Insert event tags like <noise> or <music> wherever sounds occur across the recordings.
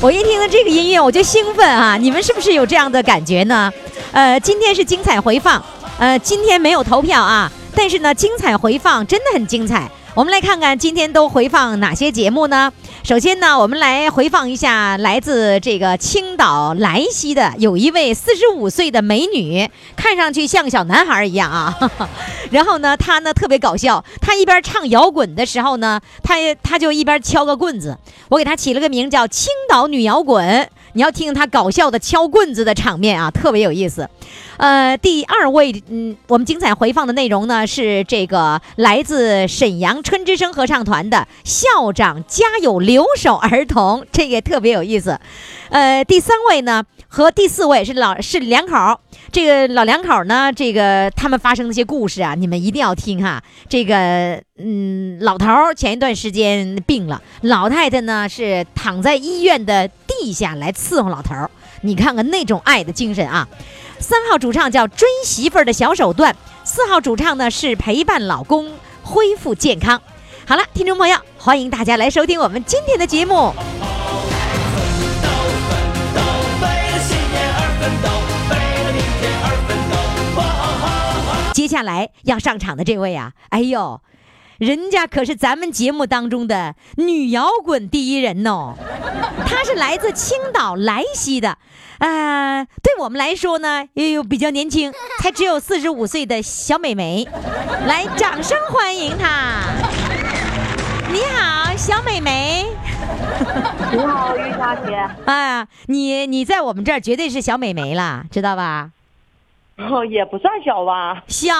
我一听到这个音乐，我就兴奋啊！你们是不是有这样的感觉呢？呃，今天是精彩回放，呃，今天没有投票啊，但是呢，精彩回放真的很精彩。我们来看看今天都回放哪些节目呢？首先呢，我们来回放一下来自这个青岛莱西的有一位四十五岁的美女，看上去像个小男孩一样啊。 <laughs> 呵呵然后呢，她呢特别搞笑，她一边唱摇滚的时候呢，她她就一边敲个棍子。我给她起了个名叫“青岛女摇滚”。你要听她搞笑的敲棍子的场面啊，特别有意思。呃，第二位，嗯，我们精彩回放的内容呢是这个来自沈阳春之声合唱团的校长家有留守儿童，这个特别有意思。呃，第三位呢和第四位是老是两口，这个老两口呢，这个他们发生的一些故事啊，你们一定要听哈。这个，嗯，老头儿前一段时间病了，老太太呢是躺在医院的地下来伺候老头儿，你看看那种爱的精神啊。三号主唱叫追媳妇儿的小手段，四号主唱呢是陪伴老公恢复健康。好了，听众朋友，欢迎大家来收听我们今天的节目。接下来要上场的这位啊，哎呦，人家可是咱们节目当中的女摇滚第一人哦，她是来自青岛莱西的。啊、呃，对我们来说呢，又有比较年轻，才只有四十五岁的小美眉，来，掌声欢迎她。你好，小美眉。你好，于哦佳姐。啊，你你在我们这儿绝对是小美眉了，知道吧？哦，也不算小吧。小，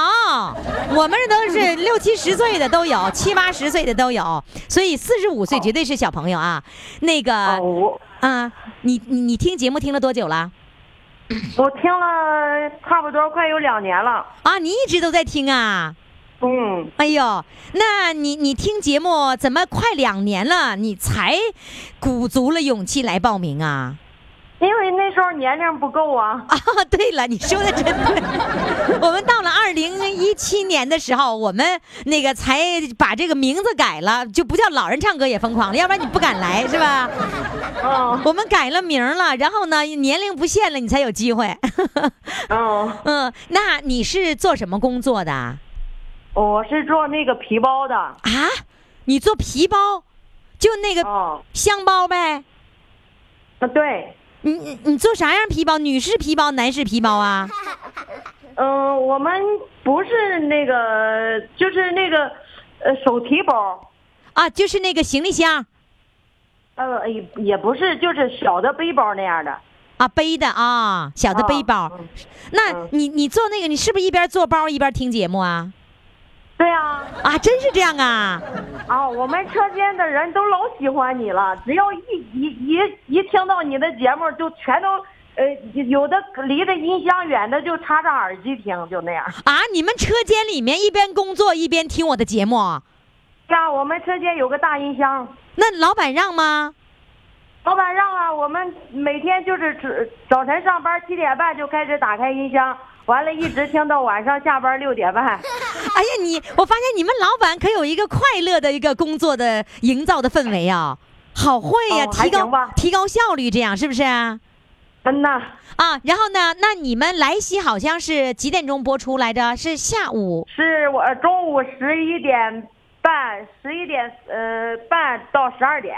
我们这都是六七十岁的都有，七八十岁的都有，所以四十五岁绝对是小朋友啊。那个。哦啊，你你你听节目听了多久了？我听了差不多快有两年了。啊，你一直都在听啊？嗯。哎呦，那你你听节目怎么快两年了，你才鼓足了勇气来报名啊？因为那时候年龄不够 <laughs> 啊。啊，对了，你说的真对。我们到了二零一七年的时候，我们那个才把这个名字改了，就不叫“老人唱歌也疯狂”了，要不然你不敢来是吧？哦。我们改了名了，然后呢，年龄不限了，你才有机会。 <laughs> 哦。嗯，那你是做什么工作的？啊我是做那个皮包的。啊？你做皮包，就那个箱包呗？啊，哦对。你你你做啥样皮包？女士皮包，男士皮包啊？嗯、呃，我们不是那个，就是那个，呃，手提包，啊，就是那个行李箱。呃，也也不是，就是小的背包那样的。啊，背的啊，小的背包。哦、那、嗯、你你做那个，你是不是一边做包一边听节目啊？对啊。啊，真是这样啊。啊，我们车间的人都老喜欢你了，只要一一一一听到你的节目，就全都。呃，有的离着音箱远的就插上耳机听，就那样。啊，你们车间里面一边工作一边听我的节目？呀、啊，我们车间有个大音箱。那老板让吗？老板让啊，我们每天就是早晨上班七点半就开始打开音箱，完了，一直听到晚上下班六点半。哎呀，你我发现你们老板可有一个快乐的一个工作的营造的氛围啊，好会呀、啊，哦、提高提高效率，这样是不是、啊？嗯呐，啊，然后呢？那你们莱西好像是几点钟播出来着？是下午？是我中午十一点半，十一点呃半到十二点。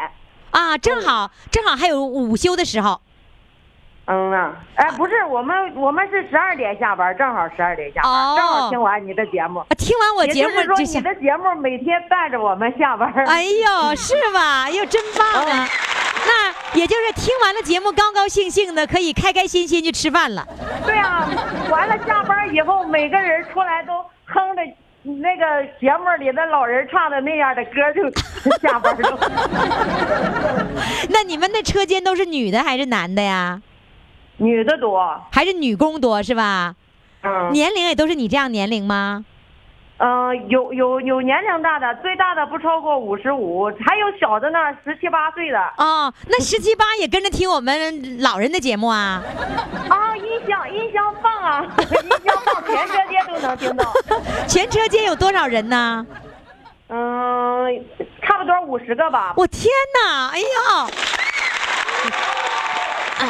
啊，正好正好还有午休的时候。嗯呐、啊，哎，不是，我们我们是十二点下班，正好十二点下班，哦、正好听完你的节目。啊听完我节目就你的节目每天伴着我们下班。哎呦，是吧？哟，真棒啊！哦 <laughs> 那也就是听完了节目，高高兴兴的，可以开开心心去吃饭了。对啊，完了下班以后，每个人出来都哼着那个节目里的老人唱的那样的歌就 <laughs> 下班了。那你们那车间都是女的还是男的呀？女的多，还是女工多是吧？嗯，年龄也都是你这样年龄吗？嗯、有有有年龄大的，最大的不超过五十五，还有小的呢，十七八岁的哦，那十七八也跟着听我们老人的节目啊？啊，音箱音箱放啊， <laughs> 音箱放，全车间都能听到。全车间有多少人呢？嗯，差不多五十个吧。我天哪！哎呦，哎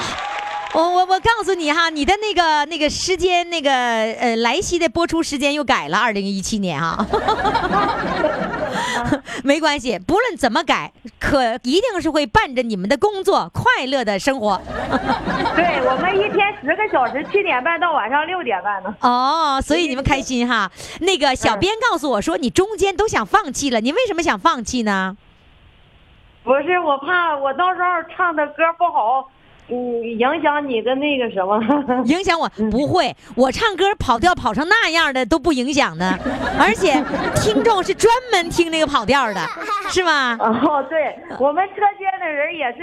我我我告诉你哈，你的那个那个时间那个呃莱西的播出时间又改了，二零一七年哈。 <laughs> 没关系，不论怎么改，可一定是会伴着你们的工作快乐的生活。对我们一天十个小时，七点半到晚上六点半呢。哦，所以你们开心哈。那个小编告诉我说，你中间都想放弃了，你为什么想放弃呢？不是，我怕我到时候唱的歌不好，嗯，影响你的那个什么。影响我不会，我唱歌跑调跑成那样的都不影响的，而且听众是专门听那个跑调的，是 <laughs> 吗？哦，对我们车间的人也是，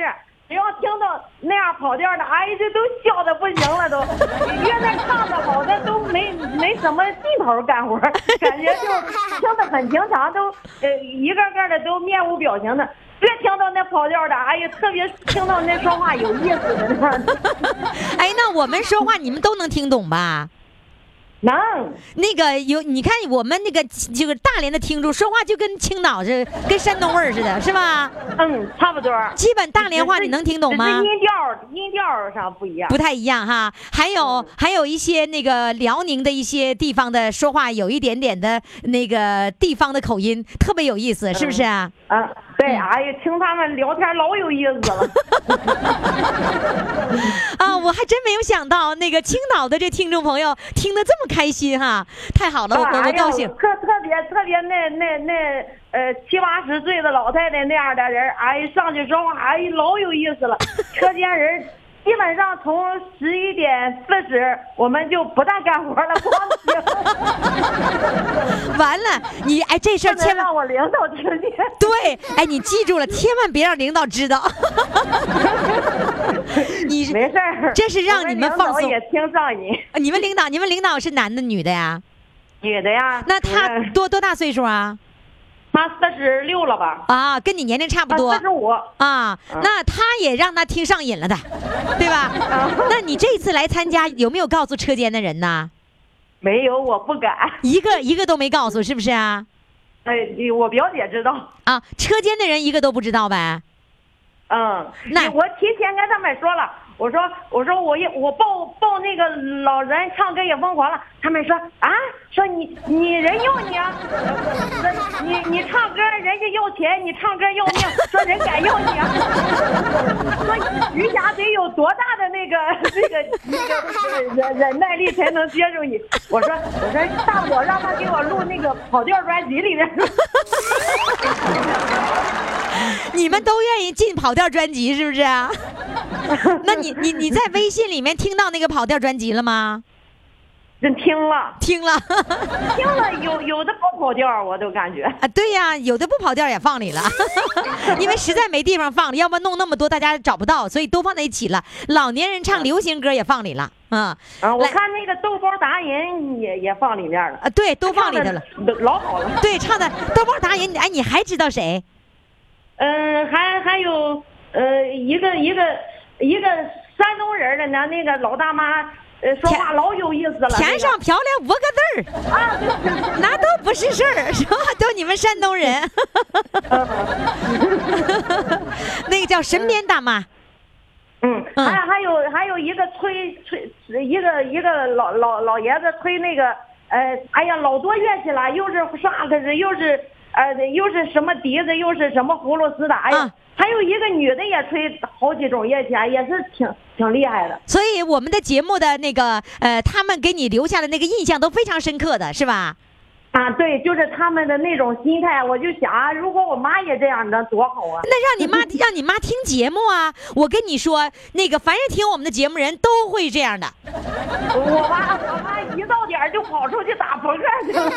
只要听到那样跑调的，哎呀，这都笑的不行了都，越那唱的好的都没没什么劲头干活，感觉就听得很平常，都呃一个个的都面无表情的。越听到那跑调的，哎呀，特别听到那说话有意思的那样的，哎，那我们说话你们都能听懂吧？能。那个有，你看我们那个这个大连的听众说话就跟青岛似的，跟山东味儿似的，是吧？嗯，差不多。基本大连话你能听懂吗？只是音调音调上不一样不。太一样哈。还有还有一些那个辽宁的一些地方的说话有一点点的那个地方的口音，特别有意思，是不是啊？啊，对，哎呀，听他们聊天老有意思了。啊，我还真没有想到那个青岛的这听众朋友听得这么开心哈，太好了，我我哎我呀高兴。特特别特别那那那呃七八十岁的老太太那样的人，哎，上去说话，哎，老有意思了。车间人基本上从十一点四十，我们就不但干活了，光 <laughs> 听，完了，你哎这事儿不能千万让我领导听见。对，哎你记住了，千万别让领导知道。 <laughs> 你没事儿，这是让我你们领放导松也听上你，你们领导，你们领导是男的女的呀？女的呀。那主他任多多大岁数啊？他四十六了吧？啊，跟你年龄差不啊，嗯多四。十五。啊，那他也让他听上瘾了的，对吧？嗯那你这次来参加有没有告诉车间的人呢？没有，我不敢。一个一个都没告诉，是不是啊？哎，我表姐知道。啊，车间的人一个都不知道呗？嗯，那我提前跟他们说了，我说我说我也我报报那个老人唱歌也疯狂了，他们说啊，说你你人要你啊，说你你唱歌人家要钱，你唱歌要命，说人敢要你啊，说余霞得有多大的那个 <laughs> 那个那个忍忍耐力才能接受你？我说我说大不了让他给我录那个跑调专辑里面。你们都愿意进跑调专 <laughs> 辑是不是啊？那你你你在微信里面听到那个跑调专辑了吗？真听了，听了听了有有的不跑调，我都感觉。 <laughs> 啊，对呀、有的不跑调也放里了， <laughs> 因为实在没地方放了，要不弄那么多大家找不到，所以都放在一起了。老年人唱流行歌也放里了，嗯嗯啊，我来看那个豆包达人也也放里面了，啊，对，都放里头了。唱得老好了。对，唱的豆包达人，哎，你还知道谁？嗯，还还有呃，一个一个一个山东人的呢，那个老大妈，呃，说话田老有意思了。填上漂亮五个字儿，啊，对对对 <laughs> 那都不是事儿，是吧？都你们山东人， <laughs> 那个叫神鞭大妈，嗯，嗯还还有还有一个吹吹一个一个老老老爷子吹那个呃，哎呀，老多乐器了，又是萨克斯，又是呃，又是什么笛子，又是什么葫芦丝的，哎呀，啊还有一个女的也吹好几种乐器，啊，也是挺挺厉害的。所以我们的节目的那个呃，他们给你留下的那个印象都非常深刻的是吧？啊，对，就是他们的那种心态，我就想啊，如果我妈也这样，那多好 <laughs> 啊！那 <laughs> 让你妈让你妈听节目啊！我跟你说，那个凡是听我们的节目人都会这样的。我妈，我妈一到到点儿就跑出去打扑克去了。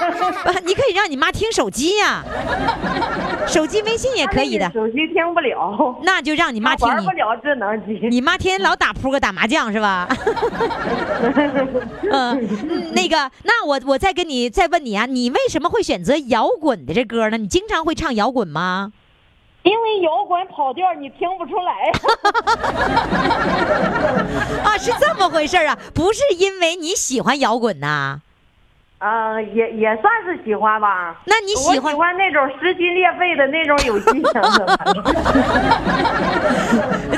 不，你可以让你妈听手机 <laughs> 呀、手机微信也 <laughs> 可以的，手机听不了，那就让你妈听玩你不。了智能 <laughs> 机。你妈天天老打扑克、打麻将是吧？嗯，嗯那个，那我我再跟你再问你啊，你为什么会选择摇滚的这歌呢？你经常会唱摇滚吗？因为摇滚跑调你听不出来，啊，是这么回事儿啊，不是因为你喜欢摇滚呐、 <laughs> 啊、也也算是喜欢吧。那你喜我欢喜欢那种撕心裂肺的那种有激情的吧，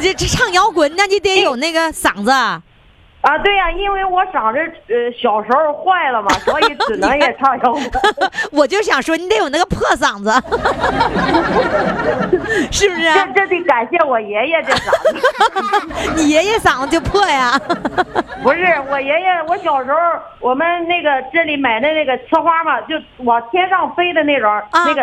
<laughs> 这这唱摇滚，那你得有那个嗓子 <laughs> 啊。啊，对呀、因为我嗓子呃小时候坏了嘛，所以只能也唱摇 <laughs> 滚。 <laughs> 我就想说，你得有那个破嗓子， <laughs> 是不是、啊 <laughs> 这？这得感谢我爷爷这嗓子。你爷爷嗓子就破呀？ <laughs> 不是我爷爷，我小时候我们那个这里买的那个呲花嘛，就往天上飞的那种，那个、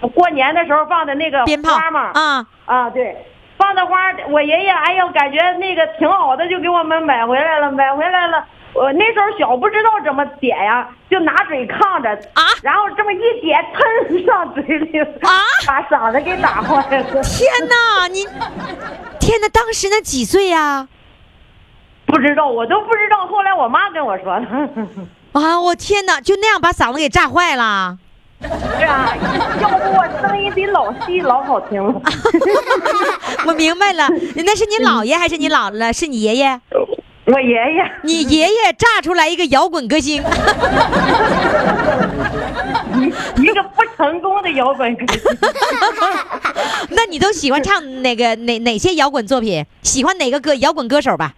呃过年的时候放的那个啊鞭炮花嘛，啊，啊对，放的花，我爷爷哎呦感觉那个挺好的，就给我们买回来了，买回来了。我那时候小不知道怎么点呀，就拿嘴抗着啊然后这么一点，噌上嘴里 <laughs> 啊把嗓子给打坏了。 <laughs> 天哪，你天哪，当时那几岁呀、不知道，我都不知道。后来我妈跟我说的。啊？我天哪，就那样把嗓子给炸坏了。对啊，要不我声音得老细老好 <laughs> 听了。我明白了，那是你姥爷还是你姥姥？是你爷爷？我爷爷，你爷爷炸出来一个摇滚歌星， <laughs> 一个不成功的摇滚歌手，那你都喜欢唱哪个哪哪些摇滚作品？喜欢哪个歌摇滚歌手吧？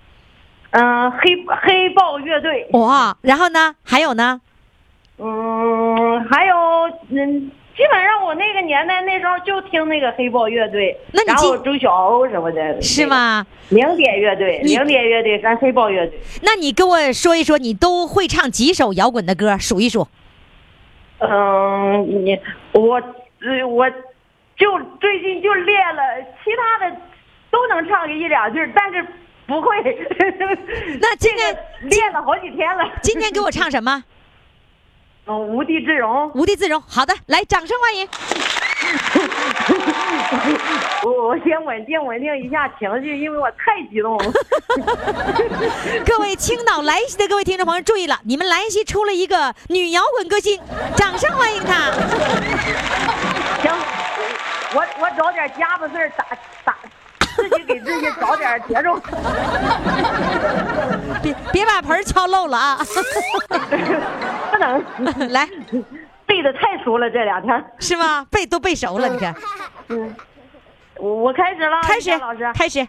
嗯、黑黑豹乐队，哇、然后呢？还有呢？嗯，还有嗯。基本上我那个年代那时候就听那个黑豹乐队，那你然记后周晓鸥什么的，是？吗？零点乐队，你零点乐队跟黑豹乐队，那你跟我说一说，你都会唱几首摇滚的歌？数一数。嗯，你我呃我就最近就练了，其他的都能唱个一两句，但是不会。 <laughs> 那今天这个练了好几天了。今天给我唱什么？ <laughs> 嗯，无地自容，无地自容。好的，来，掌声欢迎。我我先稳定稳定一下情绪，因为我太激动了。 <laughs> <laughs> 各位青岛莱西的各位听众朋友注意了，你们莱西出了一个女摇滚歌星，掌声欢迎 <laughs> 她。行，我我找点家伙事儿打打，自己给自己找点节奏。 <laughs> 别别把盆儿敲漏 <laughs> 了啊！不能来，背的太熟了，这两天。是吗？背都背熟了，你嗯看，我我开始了，开始李佳老师，开始。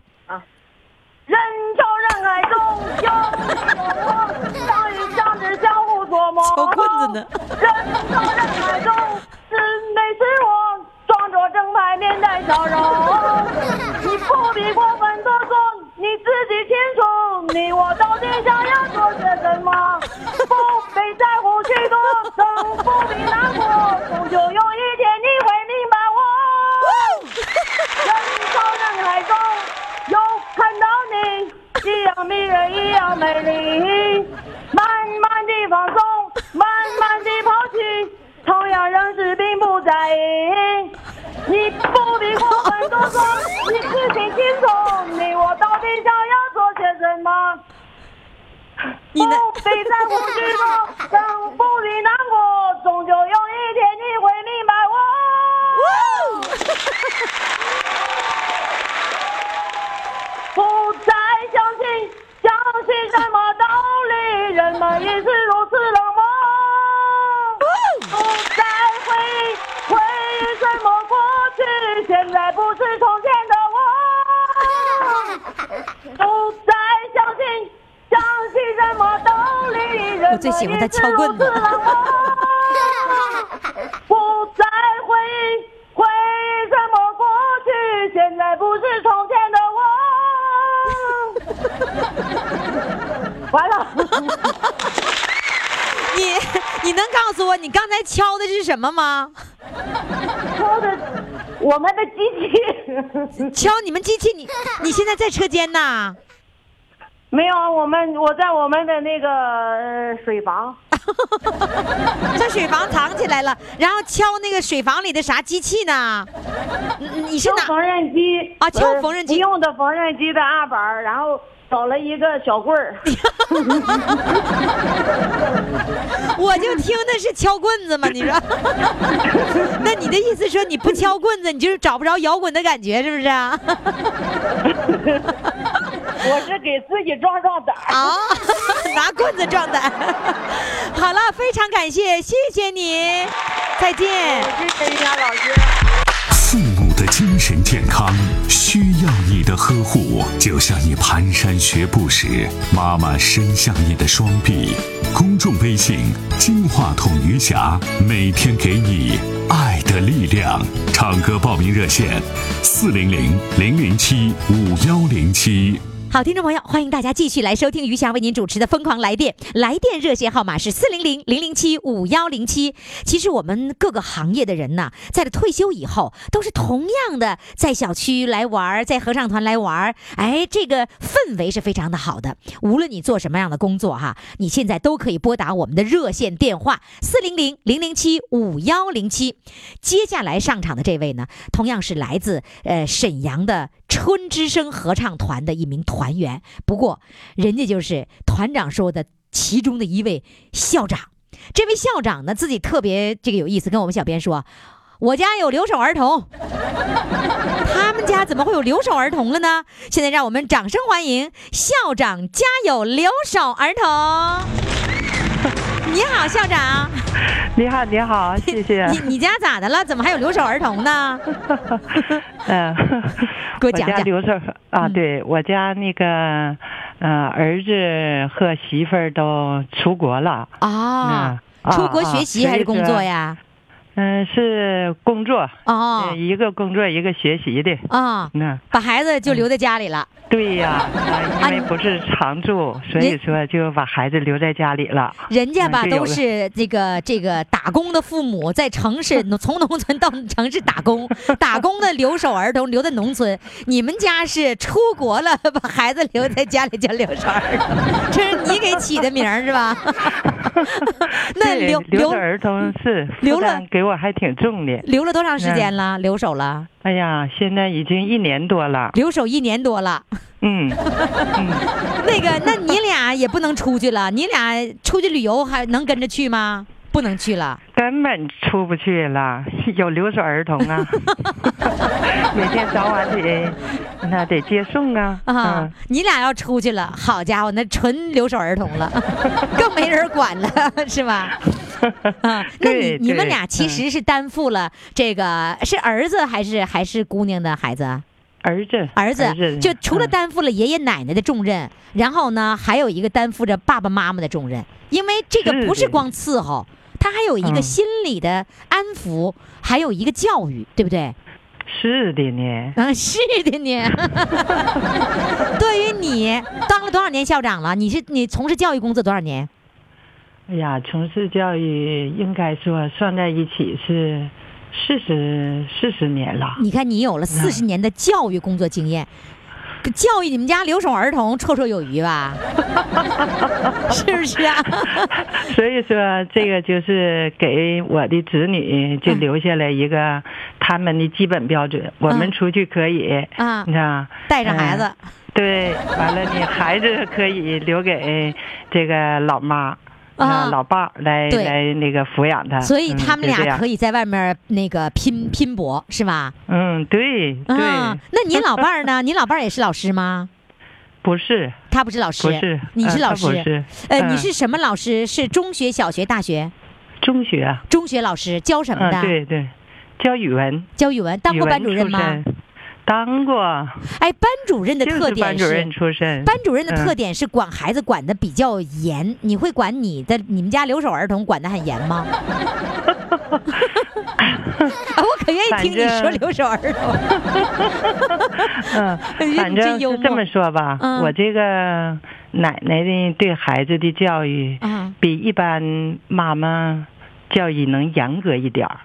人潮人海中有我，相遇相知相互琢磨。敲棍子呢人潮人海中，是你是我，装作正派面带笑容。你不必过分多说，你自己清楚，你我到底想要做些什么。不必在乎许多，更不必难过，终究有一天你会明白我。人潮人海中，又看到你，一样迷人，一样美丽。慢慢地放松，慢慢地抛弃，同样仍是并不在意。你不必过分多说，你自己清楚，你我到底想要做些什么。你呢不必在乎许多，更不必难过，终究有一天你会明白我。哦不再相信，相信什么道理？人们也是如此冷漠。不再回忆，回忆什么过去？现在不是从前的我。不再相信，相信什么道理？人我们最喜欢他也是敲如棍此子冷漠。不再回忆，回忆什么过去？现在不是从前的我。 <laughs> 完了，你你能告诉我你刚才敲的是什么吗？说的我们的机器敲你们机器，你你现在在车间呐？没有，啊我们我在我们的那个呃水房，在水房藏起来了，然后敲那个水房里的啥机器呢？你你你是用哪？缝纫机哎啊敲呃缝纫机不用的缝纫机的案板儿，然后找了一个小棍 <laughs> 儿，我就听的是敲棍子嘛，你说？ <laughs> 那你的意思说你不敲棍子，你就是找不着摇滚的感觉，是不是啊？我是给自己壮壮胆儿。啊， <laughs> 拿棍子撞的。 <laughs> 好了，非常感谢，谢谢你，再见。谢谢于洋老师。父母的精神健康需要你的呵护，就像你蹒跚学步时，妈妈伸向你的双臂。公众微信“金话筒余霞”，每天给你爱的力量。唱歌报名热线：四零零零零七五幺零七。好，听众朋友，欢迎大家继续来收听余霞为您主持的《疯狂来电》，来电热线号码是四零零零零七五幺零七。其实我们各个行业的人呐，在这退休以后，都是同样的在小区来玩儿，在合唱团来玩儿，哎，这个氛围是非常的好的。无论你做什么样的工作哈，你现在都可以拨打我们的热线电话四零零零零七五幺零七。接下来上场的这位呢，同样是来自呃沈阳的春之声合唱团的一名团员，不过人家就是团长说的其中的一位校长。这位校长呢，自己特别这个有意思，跟我们小编说。我家有留守儿童， <laughs> 他们家怎么会有留守儿童了呢？现在让我们掌声欢迎校长家有留守儿童。 <laughs> 你好，校长，你好，你 <laughs> 好，谢谢。啊你你家咋的了？怎么还有留守儿童呢？ <laughs> 嗯， <laughs> 给我我讲家讲。留着啊，嗯对我家那个，呃，儿子和媳妇儿都出国了。啊，嗯出国学习还是工作？啊啊呀？嗯，是工作，哦呃一个工作一个学习的。啊，那把孩子就留在家里了。对呀， <laughs> 啊因为你不是常住，所以您说就把孩子留在家里了。 <laughs> 人家吧嗯这都有是这个这个打工的父母，在城 <laughs> 市从农村到城市打工，打工的留守儿童留在农村。你们家是出国了，把孩子留在家里叫留守儿童，这是你给起的名儿是吧？ <laughs> <laughs> 那对留留留着儿童是留负了担给我还挺重的。留了多长时间了？留守了，哎呀，现在已经一年多了。留守一年多了。嗯。那个，那你俩也不能出去了，你俩出去旅游还能跟着去吗？不能去了。根本出不去了， <laughs> 有留守儿童 <laughs> 啊，每天早晚得那得接送啊。啊，嗯，你俩要出去了，好家伙，那纯留守儿童 <laughs> 了，更没人管了，是吧？啊， <laughs> 那你嗯对你们对俩其嗯实是担负了这个是儿子还是还是姑娘的孩子啊？儿子，儿子就除了嗯担负了爷爷奶奶的重任，然后呢，还有一个担负着爸爸妈妈的重任，因为这个是不是的光伺候，他还有一个嗯心理的安抚，还有一个教育，对不对？是的呢，嗯，是的呢。 <laughs> 对于你当了多少年校长了？你是你从事教育工作多少年？哎呀，从事教育应该说算在一起是四十四十年了。你看你有了嗯四十年的教育工作经验，教育你们家留守儿童绰绰有余吧？ <laughs> 是不是啊？ <laughs> 所以说，这个就是给我的子女就留下了一个他们的基本标准。我嗯们出去可以，啊你看，带着孩子嗯，对，完了你孩子可以留给这个老妈。啊老伴儿来对来那个抚养他，所以他们俩可以，以在外面那个拼拼搏，是吧？嗯，对对，啊，那你老伴儿呢？你老伴儿也是老师吗？不是他不是老师，不是，你呃是他老不师。是，呃，嗯你是什么老师？是中学、小学、大学？中学，中学老师教什么的？嗯，对对，教语文，教语文，当语过文班主任出吗身？？当过，哎，班主任的就特是点班主任是。出身，班主任的嗯特点是管孩子管的比较严，你会管你的你们家留守儿童管的很严吗？ <laughs> 啊，我可愿意听你说反正留守儿 <laughs> 童。 <laughs> 嗯，哎呀反你真正幽是这默么说吧，嗯我这个奶奶的对孩子的教育啊，比一般妈妈教育能严格一点儿，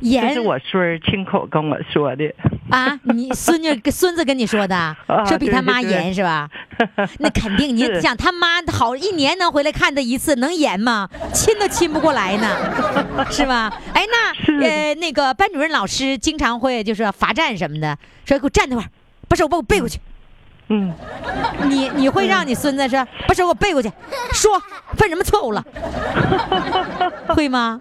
这严是我孙儿亲口跟我说的。啊， <laughs> 你孙女跟孙子跟你说的，说比他妈啊对对对严是吧？ <laughs> 那肯 <laughs> 定，你是想他妈好一年能回来看他一次，能严吗？亲都亲不过来呢， <laughs> 是吧？哎，是那呃，那个班主任老师经常会就是罚站什么的，说给我站那块儿，把手给我背过去。嗯， <laughs> 你你会让你孙子说把手给我背过去，说犯什么错误 <laughs> 了，会吗？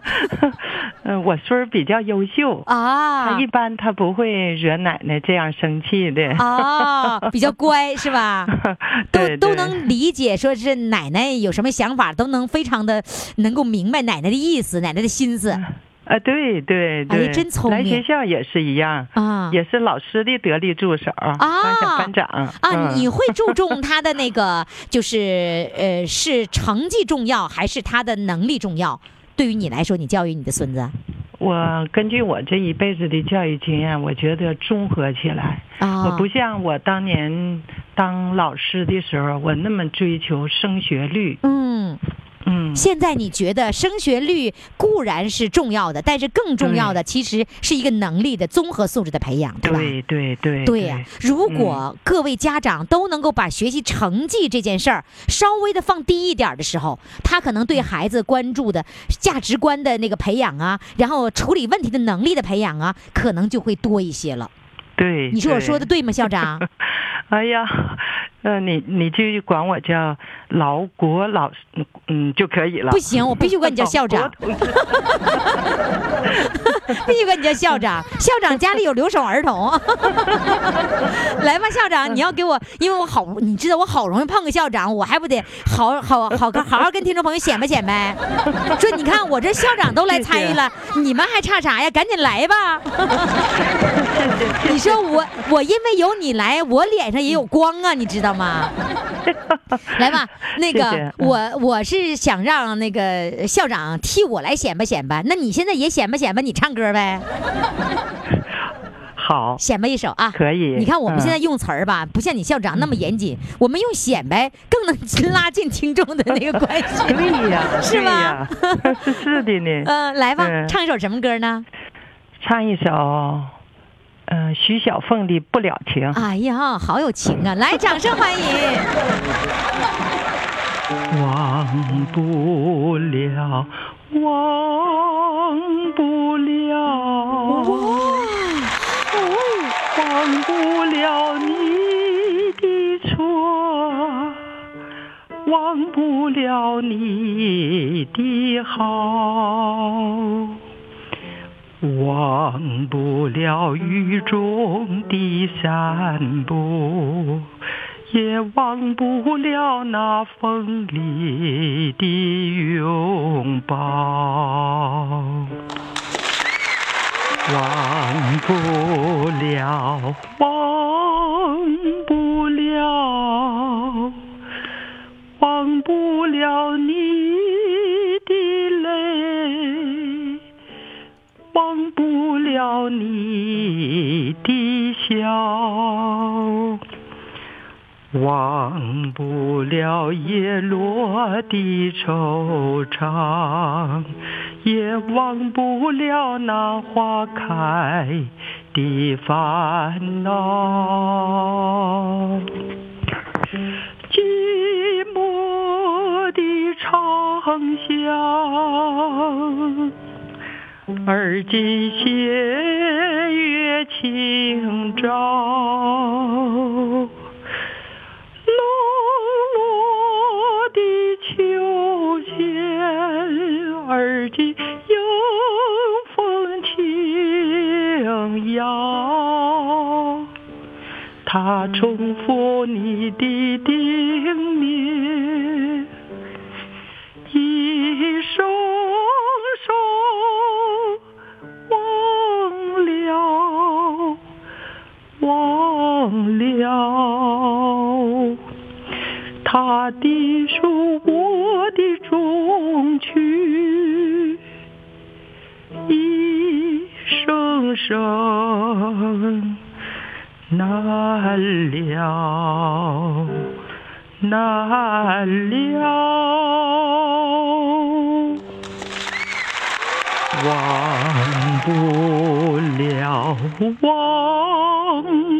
嗯，我孙儿比较优秀，啊他一般他不会惹奶奶这样生气的。 <laughs> 啊，比较乖是吧？都对都对能理解，说是奶奶有什么想法，都能非常的能够明白奶奶的意思，奶奶的心思啊，对对对，哎真聪来学明校也是一样，啊嗯也是老师的得力助手啊当小班长啊！嗯你会注重他的那个，就是呃，是成绩重要还是他的能力重要？对于你来说，你教育你的孙子我根据我这一辈子的教育经验，我觉得综合起来，啊，我不像我当年当老师的时候，我那么追求升学率。嗯。嗯，现在你觉得升学率固然是重要的，但是更重要的其实是一个能力的综合素质的培养，对吧？对对嗯对对哎呀、如果各位家长都能够把学习成绩这件事儿稍微的放低一点儿的时候，他可能对孩子关注的价值观的那个培养啊，然后处理问题的能力的培养啊，可能就会多一些了。对，你说我对说的对吗，校长？哎呀，呃，你你就管我叫老国老师，嗯嗯就可以了。不行，我必须管你叫校 <laughs> 长，老国同志必须管你叫校 <laughs> 长。校长家里有留守儿童， <laughs> 来吧，校长，你要给我，因为我好，你知道我好容易碰个校长，我还不得好好好好好跟听众朋友显摆显摆，说你看我这校长都来参与了，你们还差啥呀？赶紧来吧！你说我我因为有你来，我脸上也有光啊，你知道吗？ <laughs> 来吧，那个谢谢嗯我我是想让那个校长替我来显摆显摆，那你现在也显摆显摆，你唱歌呗，好，显摆一首啊。可 <laughs> 以。你看我们现在嗯用词儿吧，不像你校长那么严谨，我们用显摆更 <laughs> 能拉近听众的那个关系。对呀，是对呀是是的呢。 <laughs> 嗯，来吧，嗯唱一首什么歌呢？唱一首，呃，徐小凤的《不了情》。哎呀，好有情啊！来，掌声 <laughs> 欢迎。忘不了，忘不了，忘不了你的错，忘不了你的好。忘不了雨中的散步，也忘不了那风里的拥抱。忘不了，忘不了，忘不了你的泪。忘不了你的笑，忘不了叶落的惆怅，也忘不了那花开的烦恼。寂寞的长巷。而今斜月清照，笼络的秋千，而今有风轻摇。它重复你的叮咛。一双手忘了，忘了，他的书，我的衷曲，一声声难了。难了，忘不困了，忘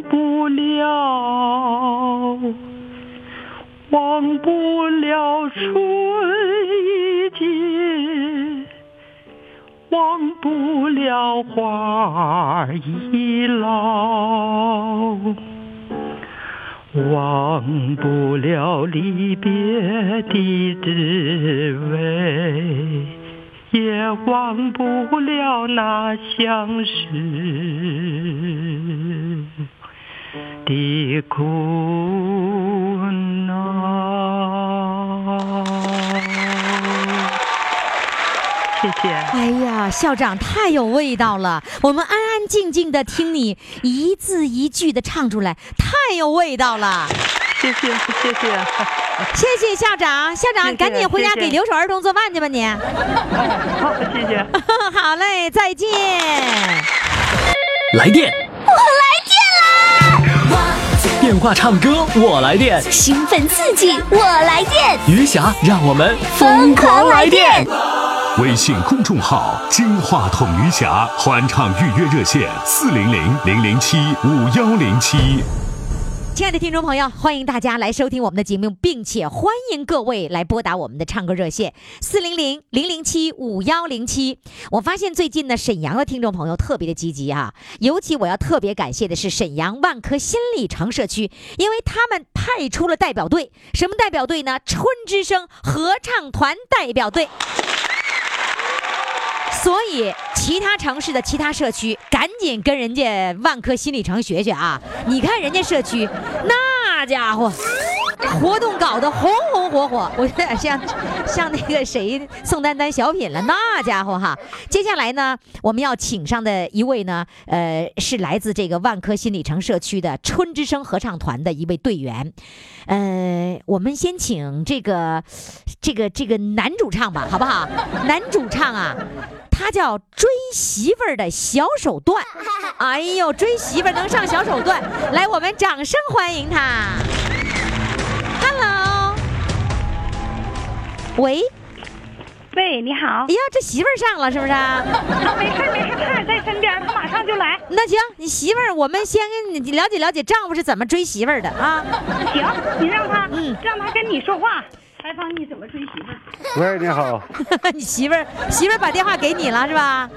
不了，忘不了春节，忘不了花儿已老，忘不了离别的滋味。也忘不了那相识的苦恼。谢谢。哎呀，校长太有味道了！我们安安静静的听你一字一句的唱出来，太有味道了！谢谢谢谢，谢谢校长，校长谢谢赶紧回家谢谢给留守儿童做饭去吧你。 <laughs> 好 <laughs> 谢谢。好嘞，再见。来电，电话唱歌我来电，兴奋刺激，我来电，余霞让我们疯狂来电。微信公众号“金话筒余霞”欢唱预约热线：四零零零零七五幺零七。亲爱的听众朋友，欢迎大家来收听我们的节目，并且欢迎各位来拨打我们的唱歌热线四零零零零七五幺零七。我发现最近呢，沈阳的听众朋友特别的积极啊，尤其我要特别感谢的是沈阳万科新里程社区，因为他们派出了代表队，什么代表队呢？春之声合唱团代表队。所以，其他城市的其他社区赶紧跟人家万科新里程学学啊！你看人家社区，那家伙活动搞得红红火火，我有点像像那个谁宋丹丹小品了，那家伙哈！接下来呢，我们要请上的一位呢，呃，是来自这个万科新里程社区的春之声合唱团的一位队员，呃，我们先请这个这个这个男主唱吧，好不好？男主唱啊。他叫追媳妇儿的小手段，哎呦，追媳妇儿能上小手段，来，我们掌声欢迎他。Hello，喂，喂，你好哎，呀，这媳妇儿上了是不是、啊？啊没事儿没事儿，他也在身边儿，他马上就来。那行，你媳妇儿，我们先跟你了解了解丈夫是怎么追媳妇儿的啊。行，你让他，嗯让他跟你说话，采访你怎么追媳妇儿。喂，你好， <laughs> 你媳妇儿媳妇儿把电话给你了是吧？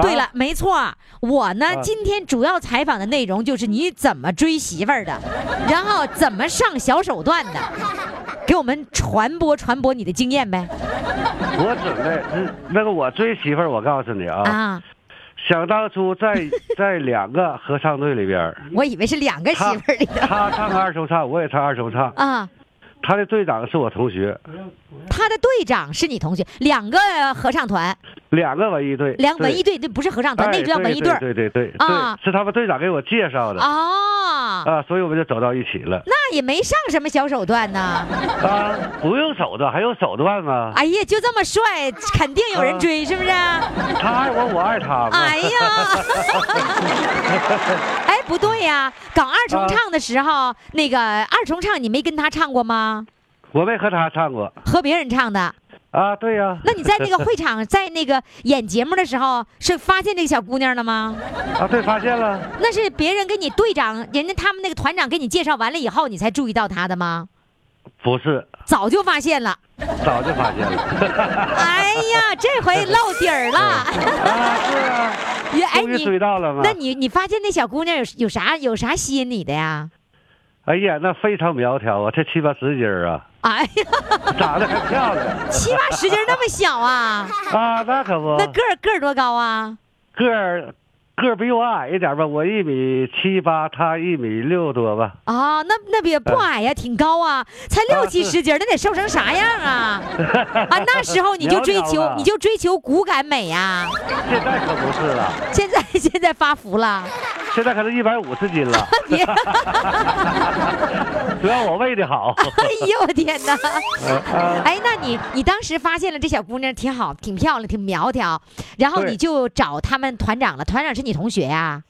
对了，没错儿，我呢、啊今天主要采访的内容就是你怎么追媳妇儿的，然后怎么上小手段的，给我们传播传播你的经验呗。我准备嗯那个我追媳妇儿，我告诉你啊，啊，想当初 <laughs> 在在两个合唱队里边儿，我以为是两个媳她妇儿里头她唱二重唱，我也唱二重唱，啊。她的队长是我同学，他的队长是你同学，两个合唱团，两个文艺队，两对文艺队，这不是合唱团，哎那就叫文艺队儿对对对对对啊对，是他们队长给我介绍的哦。啊，所以我们就走到一起了那也没上什么小手段呢。啊，不用手段，还用手段吗？哎呀，就这么帅，肯定有啊人追，是不是？啊他爱我，我爱他嘛，哎 <laughs> 呀，哎，不对呀、搞二重唱的时候，那个二重唱你没跟他唱过吗？我没和他唱过和别人唱的。啊，对呀、那你在那个会场，在那个演节目的时候，是发现这个小姑娘了吗？啊，对，发现了。那是别人给你队长，人家他们那个团长给你介绍完了以后，你才注意到她的吗？不是，早就发现了。早就发现了。哎呀，这回露底儿了。 <laughs> 啊，是啊，也哎终于你，追到了嘛。那你你发现那小姑娘有有啥有啥吸引你的呀？哎呀，那非常苗条啊，这七八十斤儿啊，哎呀，长得还漂 <laughs> 亮七八十斤儿那么小啊？啊，那可不那，个儿个儿多高啊？个儿个儿比我矮一点吧，我一米七八，他一米六多吧。啊，那那呃也不矮呀、挺高啊，才六七是十斤儿，那得瘦成啥样啊？啊，那时 <laughs> 候你就追苗条求吧你就追求骨感美呀、现在可不是了，现在现在发福了，哎现在可能一百五十斤了， <laughs> <laughs> 别。主要我喂的好。 <laughs> 哎呦我天哪！啊哎，那你你当时发现了这小姑娘挺好，挺漂亮，挺苗条，然后对你就找他们团长了，团长是你同学呀、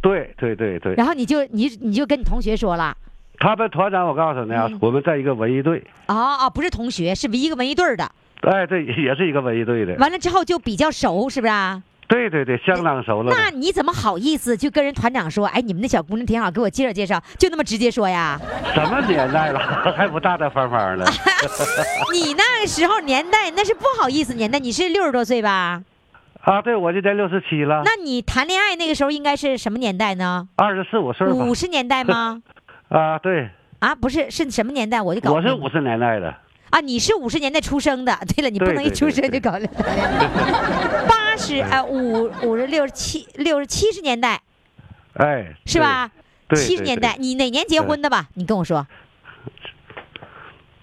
对对对对，然后你就你你就跟你同学说了，他们团长，我告诉你啊，嗯我们在一个文艺队，哦哦，不是同学，是一个文艺队儿的，哎，对，也是一个文艺队的。完了之后就比较熟，是不是啊？对对对，相当熟了。那你怎么好意思就跟人团长说？哎，你们那小姑娘挺好，给我介绍介绍，就那么直接 <laughs> 说呀？什么年代 <laughs> 了，还不大大方方的？你那个时候年代那是不好意思年代，你是六十多岁吧？啊，对，我今年六十七了，那你谈恋爱那个时候应该是什么年代呢？二十四五岁吧五。十年代 <laughs> 吗？啊，对，啊，不是，是什么年代？我就搞我是混了五十年代的。啊，你是五十年代出生的。 <laughs> 对了，你不对能一对出对生就对搞恋爱。八十哎，五五十六十七六十七十年代哎，是吧？对？对，七十对年代，，你哪年结对婚的吧？你跟我说。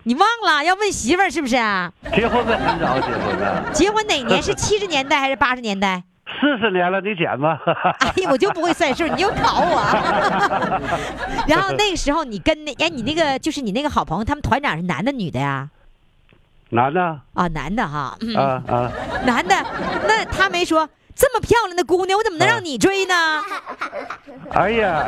你忘了要问媳妇儿是不是啊？对结婚的很早结婚的，结婚哪年是七十年代还是八十年代？ <laughs> 四十年了，你捡吧。 <laughs> 哎呀，我就不会算数，你又考我。 <laughs> 然后那个时候你跟那哎，你那个就是你那个好朋友，他们团长是男的女的呀？男的啊啊，男的哈，嗯，啊，男的。那他没说这么漂亮的姑娘，我怎么能啊让你追呢？哎呀，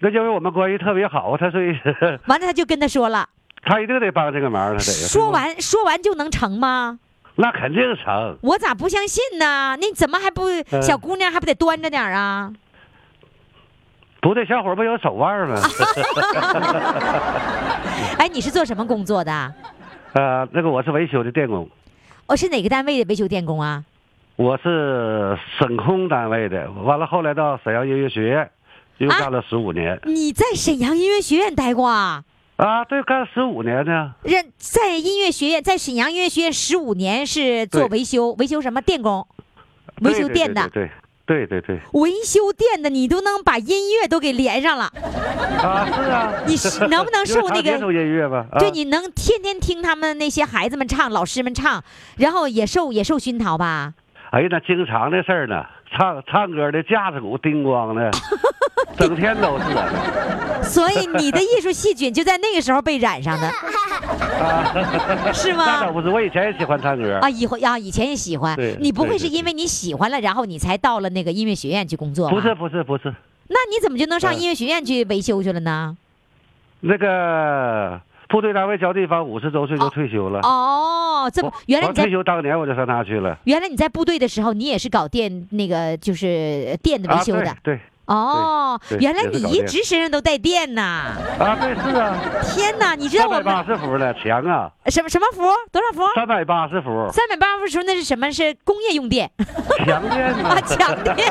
那因为我们关系特别好，他所以 <laughs> 完了，他就跟他说了，他一定得帮这个忙，他得。说完说完就能成吗？那肯定成，我咋不相信呢？那你怎么还不嗯小姑娘还不得端着点儿啊？不对，小伙儿不有手腕 <laughs> 吗？哎，你是做什么工作的？呃，那个我是维修的电工，哦，是哪个单位的维修电工啊？我是省空单位的，完了后来到沈阳音乐学院，又啊干了十五年你在沈阳音乐学院待过啊？啊，对，干十五年呢，人在音乐学院，在沈阳音乐学院十五年是做对维修，维修什么电工，维修电的，对对对对对维修电的，你都能把音乐都给连上了， <laughs> 对啊，是啊，你是能 <laughs> 不能受那因为他接触个？音乐吧？啊对，你能天天听他们那些孩子们唱，老师们唱，然后也受也受熏陶吧？哎呀，那经常的事儿呢，唱唱歌的架子鼓叮咣 <laughs> 的，整天都是啊所以你的艺术细菌就在那个时候被染上的，是啊 <laughs> 那倒吗？不是，我以前也喜欢唱歌啊，，以后啊，以前也喜欢对，你不对会是对因为你喜欢了，然后你才到了那个音乐学院去工作吧？不是不是不是，那你怎么就能上嗯音乐学院去维修去了呢？那个部队单位交地方五十周岁就退休了。哦，这么啊我原来我你在退休当年我就上他去了，原来你在部队的时候，你也是搞电那个就是呃电的维修的、啊对哦啊对。对原来也是你搞一电直身上都带电呐！对啊对是啊，天哪，你知道三我百八们十伏了，强啊，什么什么伏多少伏？三百八十伏，三百八十伏那是什么？是工业用电强电呢啊，， <laughs> 强 <laughs> 电。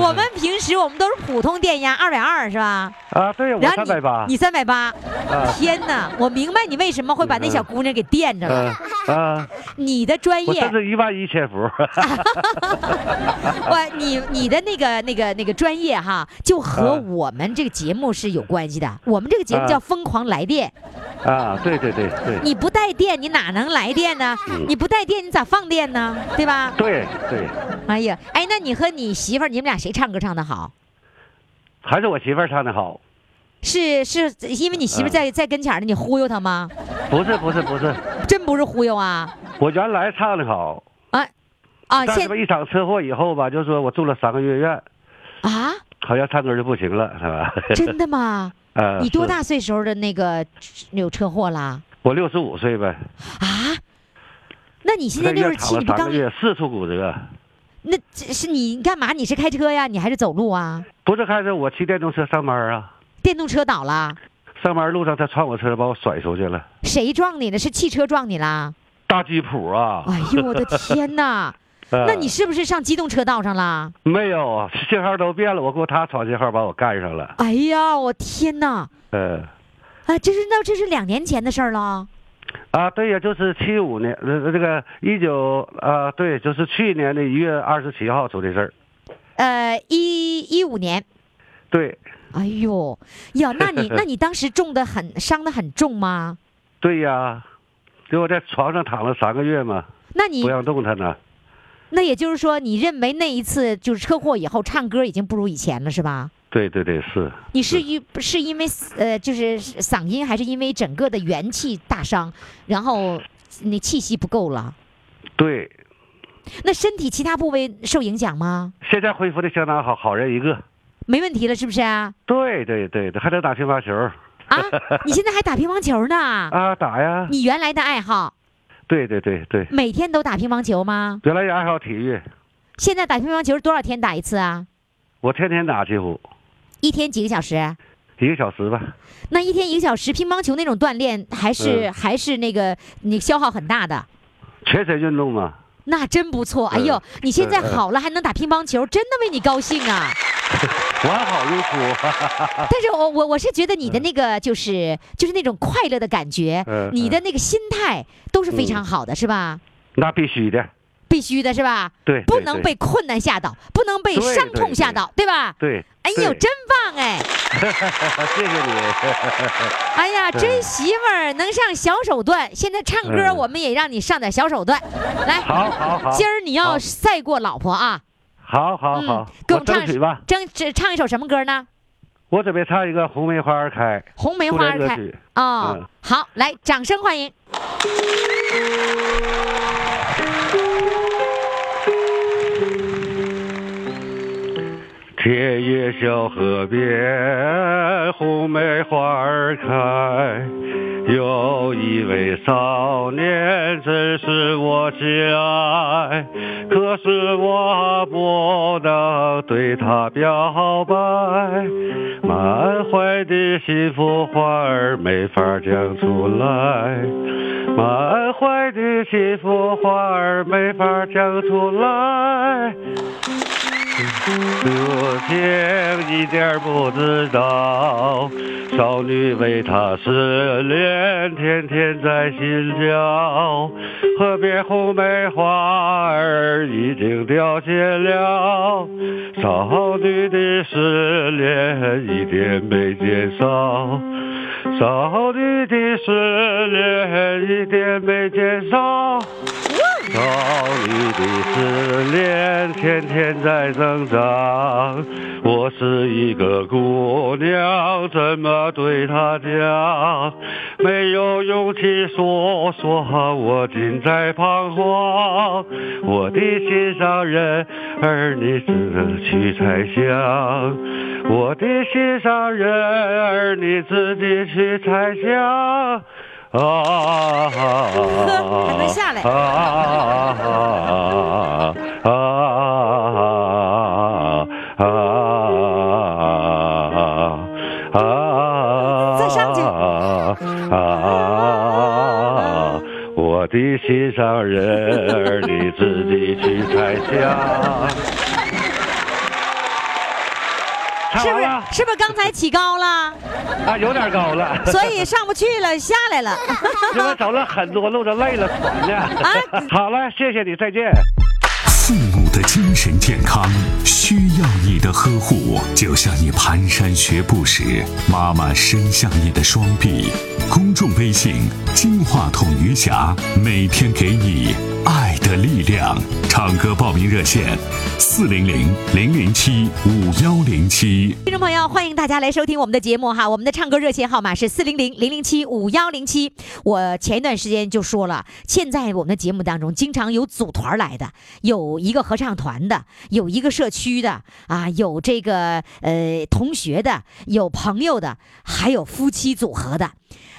我们平时我们都是普通电压二百二是吧？啊对我然后三你百八，你三百八，啊天哪！我明白你为什么会把那小姑娘给电着了。嗯啊，你的专我业甚，至一万一千伏， <laughs> 我你你的那个那个那个专业哈，就和嗯我们这个节目是有关系的。我们这个节目嗯叫《疯狂来电》，啊对对对对你不带电，你哪能来电呢？嗯你不带电，你咋放电呢？对吧？对对，哎呀，哎，那你和你媳妇儿，你们俩谁唱歌唱的好？还是我媳妇儿唱的好。是是因为你媳妇嗯儿在在跟前儿呢，你忽悠她吗？不是不是不是，真不是忽悠啊我原来唱的好，啊啊！但现是吧一场车祸以后吧，就说我住了三个月院，啊，好像唱歌就不行了，是吧？ <laughs> 真的吗？呃，你多是？大岁时候的那个有车祸啦？我六十五岁呗，啊？那你现在在六院十躺了七，你不三刚个月，四处骨折。那这是你干嘛？你是开车呀？你还是走路啊？不是开始我骑电动车上班啊，电动车倒了，上班路上他撞我车，把我甩出去了，谁撞你了？是汽车撞你啊啦？大吉普啊！哎呦我的 <laughs> 天哪！呃那你是不是上机动车道上啦？没有啊信号都变了，我给我他闯信号把我干上了。哎呀，我天哪！呃，啊，这是那这是两年前的事儿了。啊，对呀、就是七五年，呃，这个一九啊，对，就是去年的一月二十七号出的事儿。呃，一一五年。对，哎呦呀，那 <laughs> 你那你当时重的很，伤的很重吗？对呀、结果在床上躺了三个月嘛，那你不让动弹呢。那也就是说，你认为那一次就是车祸以后，唱歌已经不如以前了，是吧？对对对，是你是因是因为呃，就是嗓音，还是因为整个的元气大伤，然后你气息不够了？对。那身体其他部位受影响吗？现在恢复的相当好，好人一个。没问题了，是不是啊？对对对，还能打乒乓球啊，你现在还打乒乓球呢？啊，打呀！你原来的爱好对对对对，每天都打乒乓球吗？原来也爱好体育，现在打乒乓球是多少天打一次啊？我天天打几乎一天几个小时？一个小时吧。那一天一个小时乒乓球那种锻炼，还是、还是那个你消耗很大的。全身运动嘛，那真不错，哎呦嗯，你现在嗯嗯好了还能打乒乓球，真的为你高兴啊！我还好如初，但是我我我是觉得你的那个就是就是那种快乐的感觉嗯，你的那个心态都是非常好的，是吧？ <laughs> 那必须的。必须的是吧？对对不能被困难吓倒，不能被对伤痛对吓对倒，对吧？对，哎对呦，真棒哎！谢谢你。 <laughs> 哎呀，对真媳妇儿能上小手段，现在唱歌嗯我们也让你上点小手段，来，好好好今儿你要好赛过老婆啊！好好嗯好，，给我我们争唱取吧。争这唱一首什么歌呢？我准备唱一个《红梅花儿开》。红梅花儿苏联歌开曲哦嗯，好，来，掌声欢迎。铁叶小河边，红梅花儿开。有一位少年，真是我心爱，可是我不能对他表白。满怀的幸福花儿没法讲出来，满怀的幸福花儿没法讲出来。多情一点儿不知道，少女为他失恋，天天在心焦。河边红梅花儿已经凋谢了，少女的失恋一点没减少，少女的失恋一点没减少。少女的思念天天在增长，我是一个姑娘，怎么对她讲？没有勇气说说，我尽在彷徨。我的心上人儿，你只能去猜想。我的心上人儿，你自己去猜想。啊，还能下来啊啊啊啊啊啊啊！再上去啊！我的心上人儿，你自己去猜想。是唱完不是了是不是刚才起高 <laughs> 了，啊，有点高了，所以上不去了，下来了。因为走了很多路，都累了，喘啊了。好了，谢谢你，再见。父母的精神健康需要你的呵护，就像你蹒跚学步时，妈妈伸向你的双臂。公众微信“金话筒余霞”，每天给你爱的力量。唱歌报名热线：四零零零零七五幺零七。听众朋友，欢迎大家来收听我们的节目哈。我们的唱歌热线号码是四零零零零七五幺零七。我前一段时间就说了，现在我们的节目当中经常有组团来的，有一个合唱团的，有一个社区的啊，有这个呃同学的，有朋友的，还有夫妻组合的。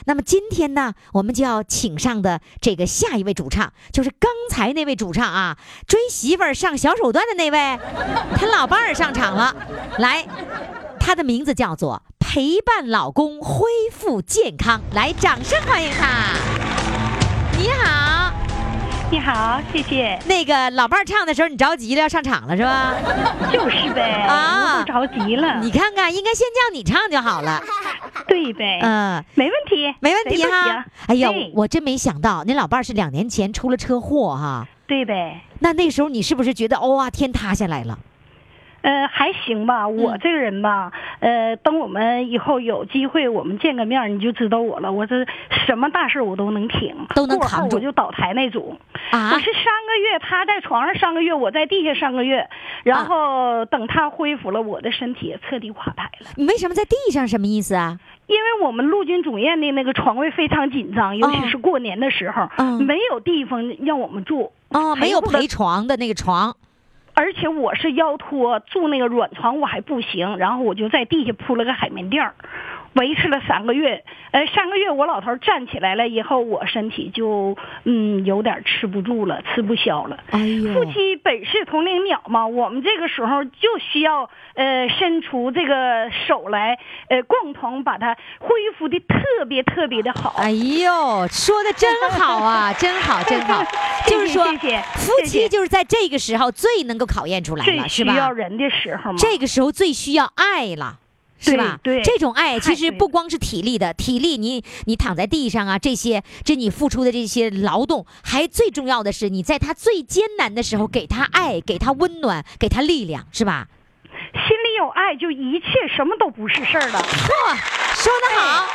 那么今天呢，我们就要请上的这个下一位主唱，就是刚才那位主唱啊，追媳妇儿上小手段的那位，他老伴儿上场了，来，他的名字叫做陪伴老公恢复健康，来，掌声欢迎他。你好，你好，谢谢。那个老伴儿唱的时候你着急了，要上场了是吧？就是呗，啊我都着急了。你看看，应该先叫你唱就好了。对呗，嗯、没问题，没问题没哈。哎呦啊对，我真没想到，你老伴儿是两年前出了车祸哈、对呗。那那时候你是不是觉得哦啊天塌下来了？呃，还行吧，嗯我这个人吧，呃，等我们以后有机会我们见个面儿，你就知道我了。我这什么大事我都能挺，都能过后扛住我就倒台那种。啊我是三个月，他在床上三个月，我在地下三个月，啊然后等他恢复了，我的身体也彻底垮台了。你为什么在地上？什么意思啊？因为我们陆军总院的那个床位非常紧张，尤其是过年的时候，哦嗯没有地方让我们住。哦，没有哎还不能陪床的那个床，而且我是腰脱，住那个软床我还不行，然后我就在地下铺了个海绵垫儿。维持了三个月。呃，上个月我老头儿站起来了以后，我身体就嗯有点吃不住了，吃不消了。哎呦夫妻本是同林鸟嘛，我们这个时候就需要呃伸出这个手来，呃，共同把它恢复的特别特别的好。哎呦，说的真好啊，真好，真 <laughs> 好。谢谢就是说，谢谢夫谢妻谢就是在这个时候最能够考验出来最了，是需吧？要人的时候嘛，这个时候最需要爱了。是吧？对对这种爱其太实对不了光是体力的，体力你你躺在地上啊，这些这你付出的这些劳动，还最重要的是你在他最艰难的时候给他爱，给他温暖，给他力量，是吧？心里有爱，就一切什么都不是事儿了。嚯，说得好，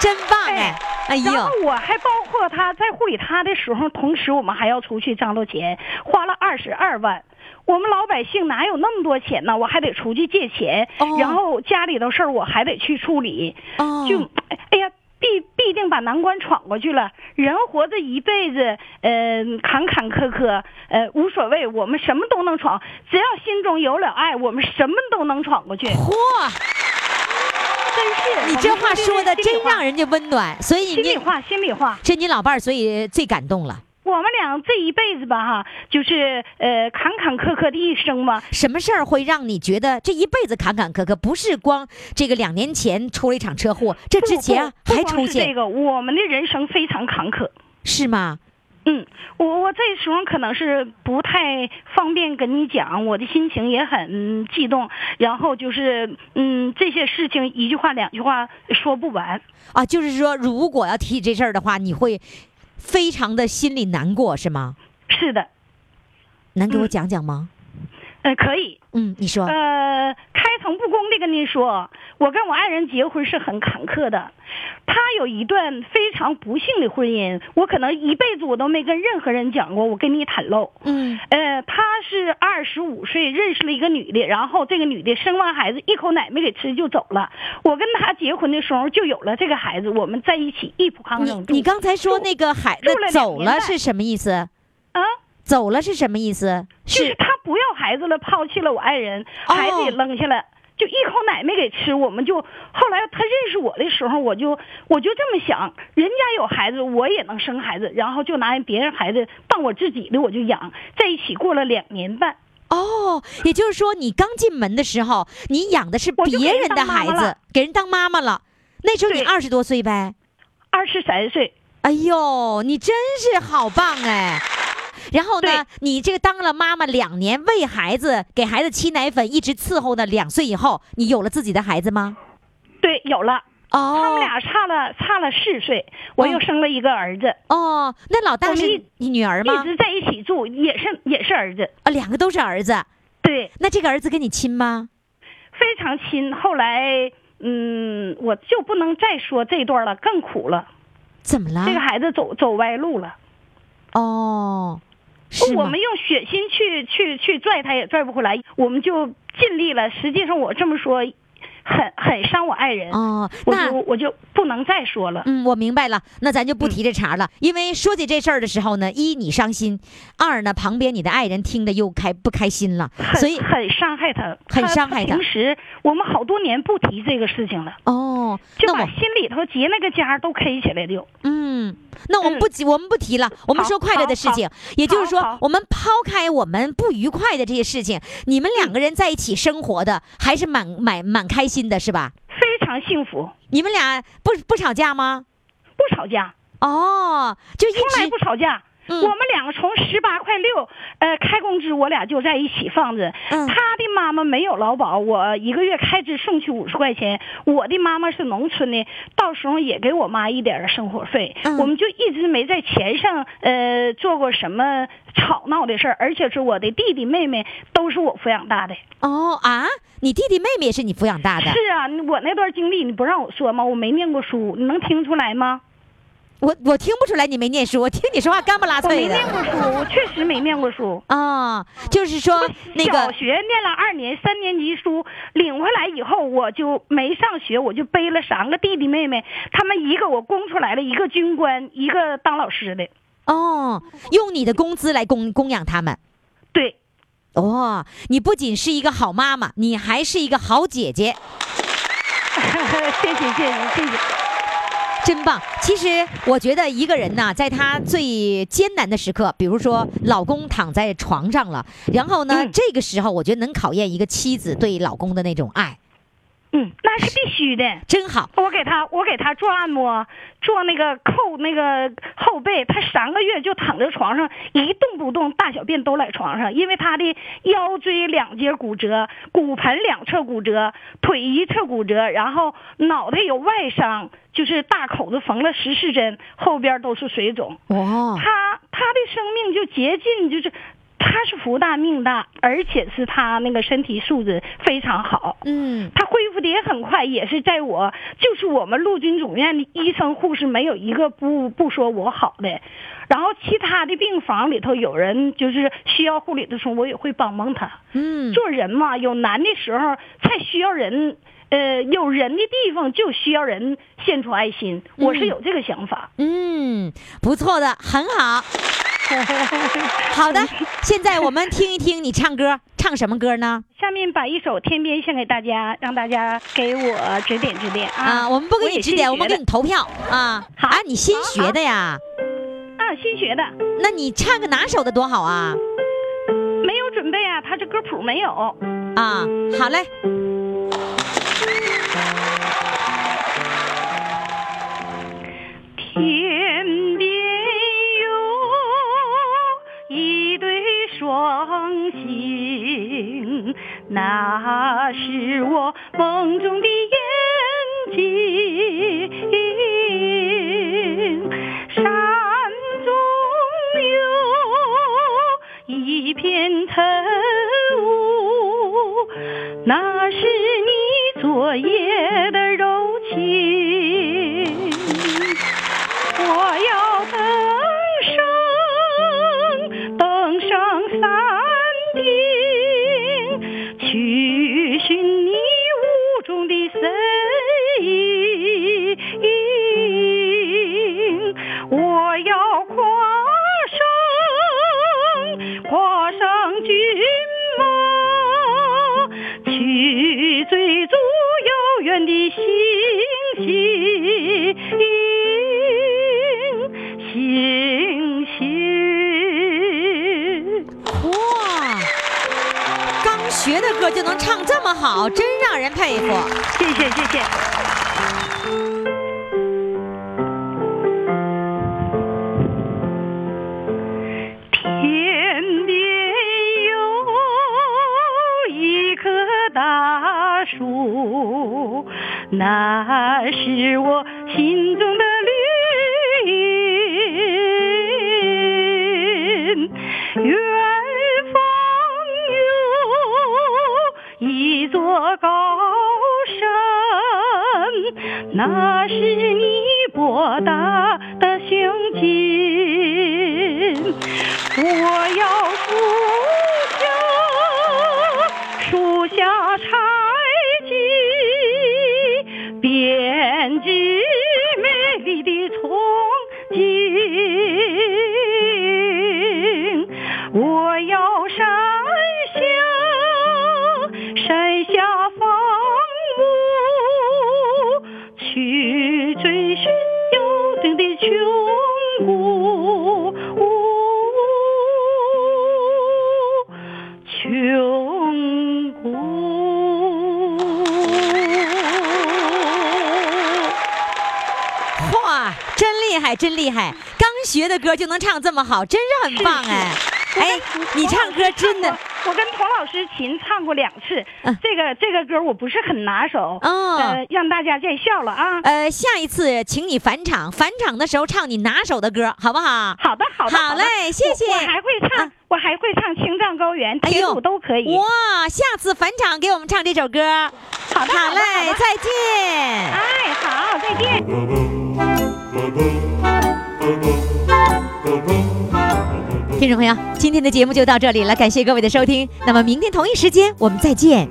真棒哎！哎呦，然后我还包括他在护理他的时候，同时我们还要出去张罗钱，花了二十二万。我们老百姓哪有那么多钱呢？我还得出去借钱，哦然后家里头事儿我还得去处理，哦就哎呀。必必定把难关闯过去了。人活着一辈子，嗯、坎坎坷坷，呃，无所谓，我们什么都能闯，只要心中有了爱，我们什么都能闯过去。嚯，真是，哦你这话说的真让人人家温暖，所以心里你话，心里话。这你老伴儿，所以最感动了。我们俩这一辈子吧，哈，就是呃坎坎坷坷的一生嘛。什么事儿会让你觉得这一辈子坎坎坷坷？不是光这个两年前出了一场车祸，这之前啊不还不不出光是现这个，我们的人生非常坎坷。是吗？嗯，我我这时候可能是不太方便跟你讲，我的心情也很、嗯激动，然后就是嗯这些事情一句话两句话说不完。啊，就是说，如果要提起这事儿的话，你会非常的心里难过，是吗？嗯是的，能给我讲讲吗？呃，可以。嗯，你说，呃，开诚布公的跟您说，我跟我爱人结婚是很坎坷的，他有一段非常不幸的婚姻，我可能一辈子我都没跟任何人讲过，我跟你袒露。嗯，呃，他是二十五岁认识了一个女的，然后这个女的生完孩子一口奶没给吃就走了。我跟他结婚的时候就有了这个孩子，我们在一起一铺炕上你住。你刚才说那个孩住了子两走年了半是什么意思？啊，走了是什么意思？就是他不要孩子了，抛弃了我爱人，哦孩子也扔下了。就一口奶没给吃，我们就后来他认识我的时候，我就我就这么想，人家有孩子，我也能生孩子，然后就拿人别人孩子当我自己的，我就养，在一起过了两年半，哦，也就是说，你刚进门的时候，你养的是我就给别人人的当妈孩妈子了，给人当妈妈了。那时候你对二十多岁呗？二十三岁，哎呦，你真是好棒 <laughs> 哎！然后呢对，你这个当了妈妈两年，喂孩子，给孩子沏奶粉，一直伺候到两岁以后，你有了自己的孩子吗？对，有了，他哦们俩差了差了四岁，我又生了一个儿子，哦，那老大我们是一你女儿一吗？直在一起住，也是也是儿子，啊，两个都是儿子。对，那这个儿子跟你亲吗？非常亲。后来，嗯，我就不能再说这段了，更苦了。怎么了？这个孩子走走歪路了，哦，是我吗？们用血心去去去拽他也拽不回来，我们就尽力了。实际上我这么说，很很伤我爱人，哦，我那就我就不能再说了。嗯，我明白了，那咱就嗯不提这茬了，因为说起这事儿的时候呢，一你伤心，二呢旁边你的爱人听着又开不开心了，很所以很伤害他，很伤害他平时我们好多年不提这个事情了，哦，就那把我心里头结那个痂儿都 K 起来了。嗯，那我们嗯不提，我们不提了，我们好说快乐的事情，也就是好说好，我们抛开我们不愉快的这些事情，你们两个人在一起生活的还是蛮蛮蛮开心的，是吧？非常幸福，你们俩不不吵架吗？不吵架，哦，就一从来直不吵架。嗯我们两个从十八块六，呃，开工资我俩就在一起放着。嗯他的妈妈没有劳保，我一个月开支送去五十块钱。我的妈妈是农村的，到时候也给我妈一点儿生活费。嗯我们就一直没在钱上呃做过什么吵闹的事儿，而且是我的弟弟妹妹都是我抚养大的。哦啊，你弟弟妹妹也是你抚养大的，是啊，我那段经历你不让我说吗？我没念过书，你能听出来吗？我我听不出来你没念书，我听你说话干不拉我脆没的念过书，我确实没念过书。啊、就是说 <laughs> 那小个学念了二年三年级书，领回来以后我就没上学，我就背了三个弟弟妹妹，他们一个我供出来了，一个军官，一个当老师的。哦，用你的工资来供供养他们。 <laughs> 对，哦，你不仅是一个好妈妈，你还是一个好姐姐。谢谢谢谢谢谢。真棒！其实我觉得一个人呐，在他最艰难的时刻，比如说老公躺在床上了，然后呢，嗯这个时候我觉得能考验一个妻子对老公的那种爱，嗯，那是必须的。真好。我给他，我给他做按摩，做那个扣那个后背，他三个月就躺在床上一动不动，大小便都在床上，因为他的腰椎两节骨折，骨盆两侧骨折，腿一侧骨折，然后脑袋有外伤，就是大口子缝了十四针，后边都是水肿。哦哇，他他的生命就竭尽就是。他是福大命大，而且是他那个身体素质非常好。嗯，他恢复的也很快，也是在我就是我们陆军总院的医生护士没有一个不不说我好的，然后其他的病房里头有人就是需要护理的时候，我也会帮帮他。嗯，做人嘛，有难的时候才需要人，呃，有人的地方就需要人献出爱心，我是有这个想法。嗯，不错的，很好。 <laughs> 好的，现在我们听一听你唱歌，唱什么歌呢？下面把一首《天边》献给大家，让大家给我指点指点啊！啊，我们不给也你指新点，学我们给的你投票啊。好啊，你新学的呀？啊，新学的，那你唱个哪首的多好啊？没有准备啊，他这歌谱没有。啊，好嘞。天边有一对双星，那是我梦中的眼睛。山中有一片晨雾，那是你昨夜的柔情。我要登上，登上山顶，去寻你雾中的身影。我要跨上，跨上骏马，去追逐遥远的星星。星星。哇，刚学的歌就能唱这么好，真让人佩服。谢谢谢谢。天边有一棵大树，那是我心中的绿荫。远方有一座高山，那是你博大的胸襟。我要树下，树下采集，编织美丽的憧憬。我要山下，山下放牧，去追寻幽静的穷谷。穷谷。哇，真厉害，真厉害！刚学的歌就能唱这么好，真是很棒 <laughs> 哎！哎，你唱歌真的，我跟童老师琴唱过两次，嗯这个这个歌我不是很拿手，哦呃，让大家见笑了 <laughs> 啊！呃，下一次请你返场，返场的时候唱你拿手的歌，好不好？好的，好的，好的嘞谢谢我我还会唱，啊我还会唱《青藏高原》哎铁呦路都可以。哇，下次返场给我们唱这首歌。好的，好好的嘞，好的再见。哎，好，再见。听众朋友，今天的节目就到这里了，感谢各位的收听。那么明天同一时间我们再见。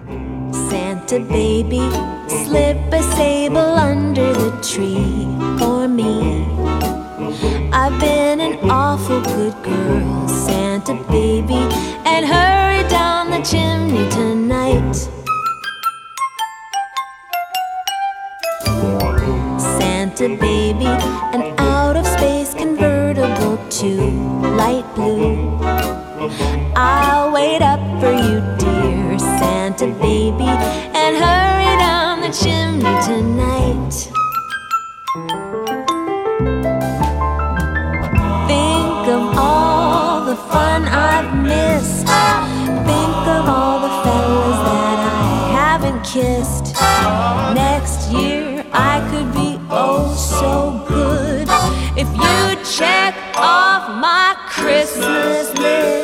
Santa baby, slip a sable under the tree for me. I've been an awful good girl, Santa baby, and hurry down the chimney tonight. list. Next year I could be oh so good if you check off my Christmas list.